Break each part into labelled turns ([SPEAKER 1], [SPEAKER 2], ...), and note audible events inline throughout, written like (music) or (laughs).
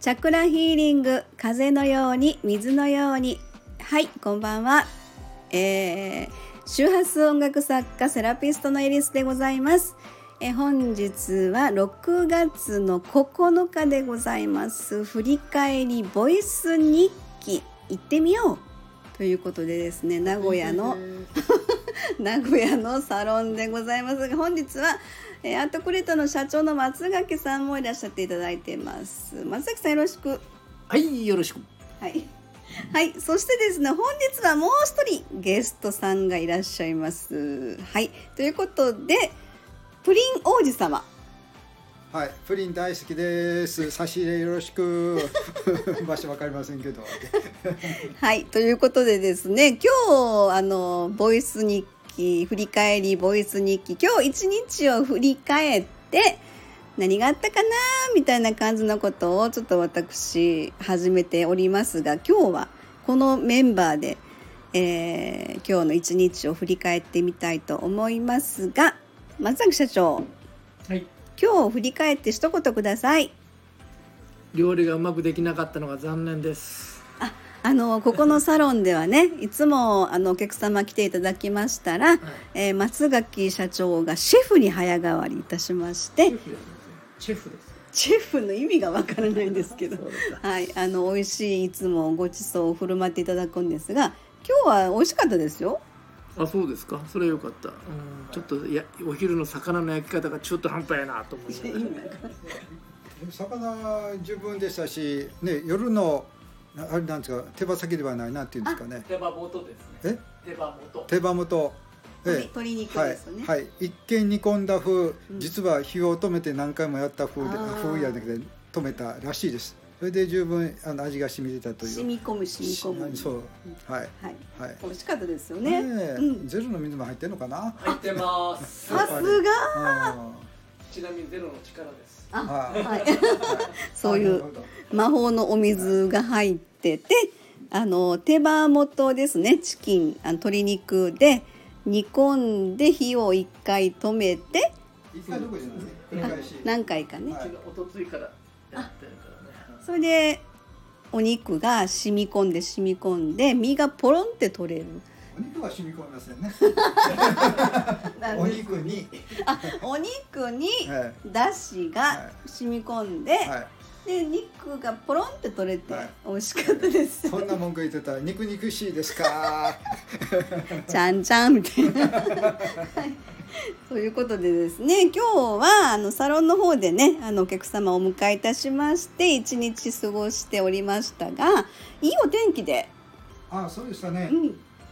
[SPEAKER 1] チャクラヒーリング風のように水のようにはいこんばんは、えー、周波数音楽作家セラピストのエリスでございますえー本日は6月の9日でございます振り返りボイス日記行ってみようということでですね名古屋の名古屋のサロンでございますが本日は、えーアートクレートの社長の松垣さんもいらっしゃっていただいてます松崎さんよろしく
[SPEAKER 2] はいよろしく
[SPEAKER 1] はいはいそしてですね本日はもう一人ゲストさんがいらっしゃいますはいということでプリン王子様
[SPEAKER 3] はい、プリン大好きです。差し入れよろ
[SPEAKER 1] (laughs)
[SPEAKER 3] しく。場所わかりませんけど。
[SPEAKER 1] はいということでですね今日あのボイス日記振り返りボイス日記今日一日を振り返って何があったかなみたいな感じのことをちょっと私始めておりますが今日はこのメンバーで、えー今日の一日を振り返ってみたいと思いますが松崎社長
[SPEAKER 2] はい
[SPEAKER 1] 今日を振り返って一言ください。
[SPEAKER 2] 料理がうまくできなかったのが残念です
[SPEAKER 1] あのここのサロンではねいつもあのお客様来ていただきましたら、えー松垣社長がシェフに早変わりいたしまして
[SPEAKER 2] シェフです
[SPEAKER 1] シェフの意味がわからないんですけど
[SPEAKER 2] そうですか
[SPEAKER 1] はいあの美味しいいつもごちそうを振る舞っていただくんですが今日は美味しかったですよ
[SPEAKER 2] あそうですかそれよかった、うん、ちょっとやお昼の魚の焼き方がちょっと半端やなと思いながら
[SPEAKER 3] 魚十分でしたし、ね、夜の。なあれなんですか、手羽先ではないなんていうんですかね。
[SPEAKER 4] 手羽元ですね
[SPEAKER 3] え、
[SPEAKER 4] 手羽元
[SPEAKER 3] 手羽元。え
[SPEAKER 1] 鶏
[SPEAKER 3] え
[SPEAKER 1] 肉
[SPEAKER 3] は
[SPEAKER 1] で
[SPEAKER 3] い
[SPEAKER 1] すよね、、
[SPEAKER 3] はい、一見煮込んだ風、
[SPEAKER 1] うん
[SPEAKER 3] 実は火を止めて何回もやった風で、
[SPEAKER 1] あー
[SPEAKER 3] 風やだけで止めたらしいです。それで十分、あの味が染みてたという。
[SPEAKER 1] 染み込む染み込む
[SPEAKER 3] そう、はい、
[SPEAKER 1] はい
[SPEAKER 3] はい。
[SPEAKER 1] 美味しかったですよね
[SPEAKER 3] え
[SPEAKER 1] うん、
[SPEAKER 3] ゼロの水も入ってるのかな。
[SPEAKER 4] 入ってます
[SPEAKER 1] さすが
[SPEAKER 3] あ
[SPEAKER 4] ちなみにゼロの力です
[SPEAKER 3] ーはい
[SPEAKER 1] はい (laughs) そうい
[SPEAKER 3] なる
[SPEAKER 1] う
[SPEAKER 3] ほど
[SPEAKER 1] 魔法のお水が入っててあの手羽元ですねチキンあの鶏肉で煮込んで火を一回止めて
[SPEAKER 3] 一回どころじゃない繰り返し
[SPEAKER 1] 何回かね
[SPEAKER 3] は
[SPEAKER 2] う
[SPEAKER 3] い
[SPEAKER 2] ちのおとついからやってるからね
[SPEAKER 1] それでお肉が染み込んで染み込んで身がポロンって取れる
[SPEAKER 3] お肉は染み込みませんね (laughs)
[SPEAKER 1] (laughs)
[SPEAKER 3] お
[SPEAKER 1] お肉
[SPEAKER 3] 肉に
[SPEAKER 1] に
[SPEAKER 3] は
[SPEAKER 1] だしが染み込んで
[SPEAKER 3] い、は
[SPEAKER 1] で肉がポロンって取れて
[SPEAKER 3] はい
[SPEAKER 1] 美味しかったです
[SPEAKER 3] い、そんな文句言ってたら肉肉しいで
[SPEAKER 1] (laughs)
[SPEAKER 3] すか
[SPEAKER 1] ちゃんちゃんみたいな。はいということでですね今日はあのサロンの方でねあのお客様をお迎えいたしまして一日過ごしておりましたがいいお天気で、
[SPEAKER 3] あそうでしたね
[SPEAKER 1] うん、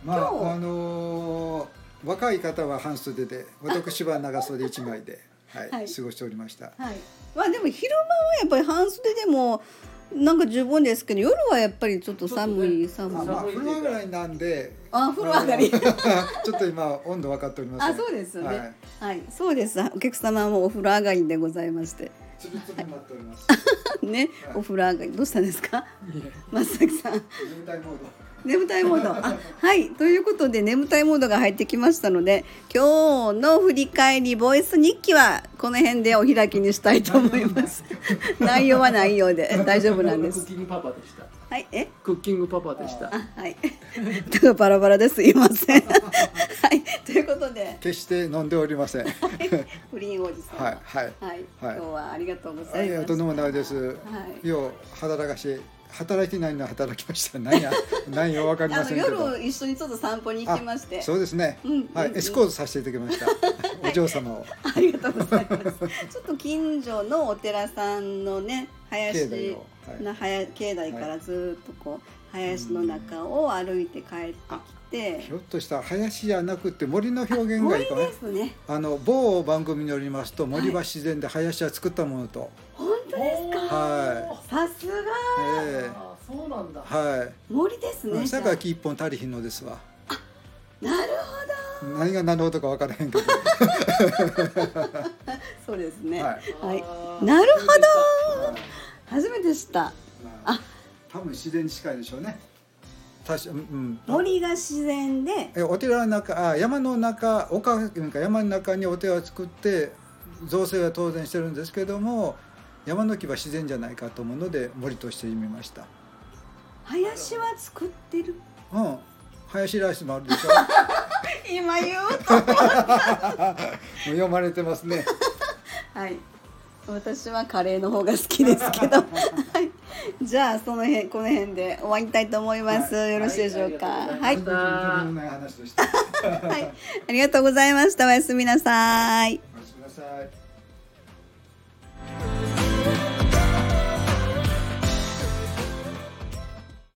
[SPEAKER 3] ま
[SPEAKER 1] 今日
[SPEAKER 3] ああのー若い方は半袖で私は長袖一枚で、はい
[SPEAKER 1] はい
[SPEAKER 3] 過ごしておりました
[SPEAKER 1] はい、まあでも昼間はやっぱり半袖でもなんか十分ですけど夜はやっぱりちょっと寒い
[SPEAKER 4] ちょ
[SPEAKER 3] ま
[SPEAKER 1] 寒
[SPEAKER 3] あ
[SPEAKER 1] い
[SPEAKER 3] まあ風呂上がりなんで
[SPEAKER 1] あ風呂上がり
[SPEAKER 3] (laughs) ちょっと今温度分かっておりませ
[SPEAKER 1] (laughs)
[SPEAKER 3] ん
[SPEAKER 1] あそうですよ
[SPEAKER 3] は
[SPEAKER 1] ね
[SPEAKER 3] い
[SPEAKER 1] はい、そうですお客様もお風呂上がりでございまして (laughs)
[SPEAKER 3] つぶつぶになっており (laughs) ます
[SPEAKER 1] ね
[SPEAKER 3] はい
[SPEAKER 1] お風呂上がりどうしたんですか松崎さん
[SPEAKER 3] 冷たいモード
[SPEAKER 1] 眠たいモードあはいということで眠たいモードが入ってきましたので今日の振り返りボイス日記はこの辺でお開きにしたいと思い
[SPEAKER 3] (laughs)
[SPEAKER 1] ます内容は内容で大丈夫なんで
[SPEAKER 2] クッ
[SPEAKER 1] す
[SPEAKER 2] キングパパでした
[SPEAKER 1] はいえ
[SPEAKER 2] クッキングパパでした
[SPEAKER 1] あはい手がバラバラですいませんはいということで
[SPEAKER 3] 決して飲んでおり
[SPEAKER 1] (laughs)
[SPEAKER 3] ませんはい
[SPEAKER 1] プリン王子さん
[SPEAKER 3] はいはい
[SPEAKER 1] はい、今日はありがとうござ
[SPEAKER 3] い
[SPEAKER 1] いま
[SPEAKER 3] や
[SPEAKER 1] す
[SPEAKER 3] とんでもないです
[SPEAKER 1] はい
[SPEAKER 3] よう働かし働いてないのは働きました (laughs) 何や何やわかり
[SPEAKER 1] あ
[SPEAKER 3] ま
[SPEAKER 1] の
[SPEAKER 3] せんけど
[SPEAKER 1] 夜一緒にちょっと散歩に行きまして
[SPEAKER 3] そうですね、
[SPEAKER 1] うんうん
[SPEAKER 3] はい
[SPEAKER 1] うん
[SPEAKER 3] エスコートさせていただきました
[SPEAKER 1] (laughs)
[SPEAKER 3] お嬢様を
[SPEAKER 1] ありがとうございます。ちょっと近所のお寺さんのね、
[SPEAKER 3] 境
[SPEAKER 1] 林
[SPEAKER 3] 内をはい
[SPEAKER 1] な、はや境内からずっとこう林の中を歩いて帰ってきて、
[SPEAKER 3] ひょっとしたら林じゃなくて森の表現が
[SPEAKER 1] 森
[SPEAKER 3] いいかもね
[SPEAKER 1] ですね。
[SPEAKER 3] あの某番組によりますと森は自然で林は作ったものと、
[SPEAKER 1] 本当ですか。
[SPEAKER 3] は
[SPEAKER 1] さすが
[SPEAKER 3] ええ
[SPEAKER 4] あーそうなんだ
[SPEAKER 3] はい
[SPEAKER 1] 森です
[SPEAKER 3] う
[SPEAKER 1] ね。
[SPEAKER 3] ん
[SPEAKER 1] じゃ
[SPEAKER 3] 下
[SPEAKER 1] あ
[SPEAKER 3] から木一本足りひんのですわ
[SPEAKER 1] なる
[SPEAKER 3] 何が何のことか分からへんけど
[SPEAKER 1] ほど。そうですね。
[SPEAKER 3] はい
[SPEAKER 1] はい
[SPEAKER 4] あー
[SPEAKER 1] なるほど
[SPEAKER 3] はい
[SPEAKER 1] 初めて知った。
[SPEAKER 3] ま
[SPEAKER 1] あ
[SPEAKER 3] あ、多分自然に近いでしょうね。確か、うん、うん。
[SPEAKER 1] 森が自然で。
[SPEAKER 3] え、お寺の中、あ、山の中、丘、なんか山の中にお寺を作って。造成は当然してるんですけども。山の木は自然じゃないかと思うので森としてみました
[SPEAKER 1] 林は作って
[SPEAKER 3] (laughs)
[SPEAKER 1] る
[SPEAKER 3] うん林ライスもあるでしょ (laughs)
[SPEAKER 1] 今言うと
[SPEAKER 3] もう読まれてますね
[SPEAKER 1] はい私はカレーの方が好きです
[SPEAKER 4] (laughs)
[SPEAKER 1] けどはいじゃあその辺この辺で終わりたいと思います、
[SPEAKER 3] は
[SPEAKER 1] よろしいでしょうか
[SPEAKER 4] はいありがとうございます
[SPEAKER 1] はい
[SPEAKER 3] 全然のない話でした
[SPEAKER 1] はい、ありがとうございましたおやすみなさい
[SPEAKER 3] おやすみなさい